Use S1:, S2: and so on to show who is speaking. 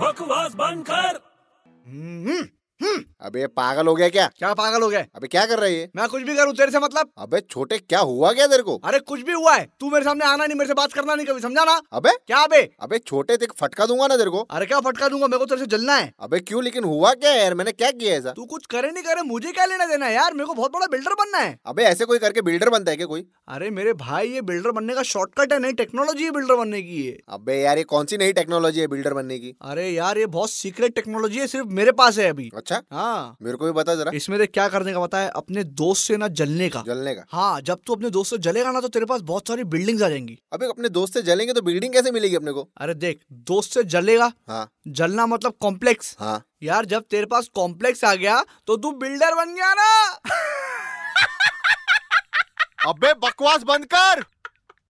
S1: बकवास बंद कर
S2: हम्म,
S3: अबे ये पागल हो गया क्या
S2: क्या पागल हो गया
S3: अबे क्या कर रही है
S2: मैं कुछ भी करूँ तेरे से मतलब
S3: अबे छोटे क्या हुआ क्या तेरे को
S2: अरे कुछ भी हुआ है तू मेरे सामने आना नहीं मेरे से बात करना नहीं कभी समझाना
S3: अबे
S2: क्या बे
S3: अबे छोटे देख फटका दूंगा ना तेरे को
S2: अरे क्या फटका दूंगा मेरे को तेरे से जलना है
S3: अबे क्यों लेकिन हुआ क्या है यार मैंने क्या किया ऐसा
S2: तू कुछ करे नहीं करे मुझे क्या लेना देना है यार मेरे को बहुत बड़ा बिल्डर बनना है
S3: अबे ऐसे कोई करके बिल्डर बनता है क्या कोई
S2: अरे मेरे भाई ये बिल्डर बनने का शॉर्टकट है नहीं टेक्नोलॉजी है बिल्डर बनने की ये
S3: अबे यार ये कौन सी नई टेक्नोलॉजी है बिल्डर बनने की
S2: अरे यार ये बहुत सीक्रेट टेक्नोलॉजी है सिर्फ मेरे पास है अभी
S3: अच्छा
S2: हाँ
S3: मेरे को भी बता जरा
S2: इसमें देख क्या करने का पता है अपने दोस्त से ना जलने का
S3: जलने का
S2: हाँ जब तू अपने दोस्त से जलेगा ना तो तेरे पास बहुत सारी बिल्डिंग्स आ जाएंगी
S3: अबे अपने दोस्त से जलेंगे तो बिल्डिंग कैसे मिलेगी अपने को
S2: अरे देख दोस्त से जलेगा
S3: हाँ
S2: जलना मतलब कॉम्प्लेक्स
S3: हाँ
S2: यार जब तेरे पास कॉम्प्लेक्स आ गया तो तू बिल्डर बन गया ना
S3: अबे बकवास बंद कर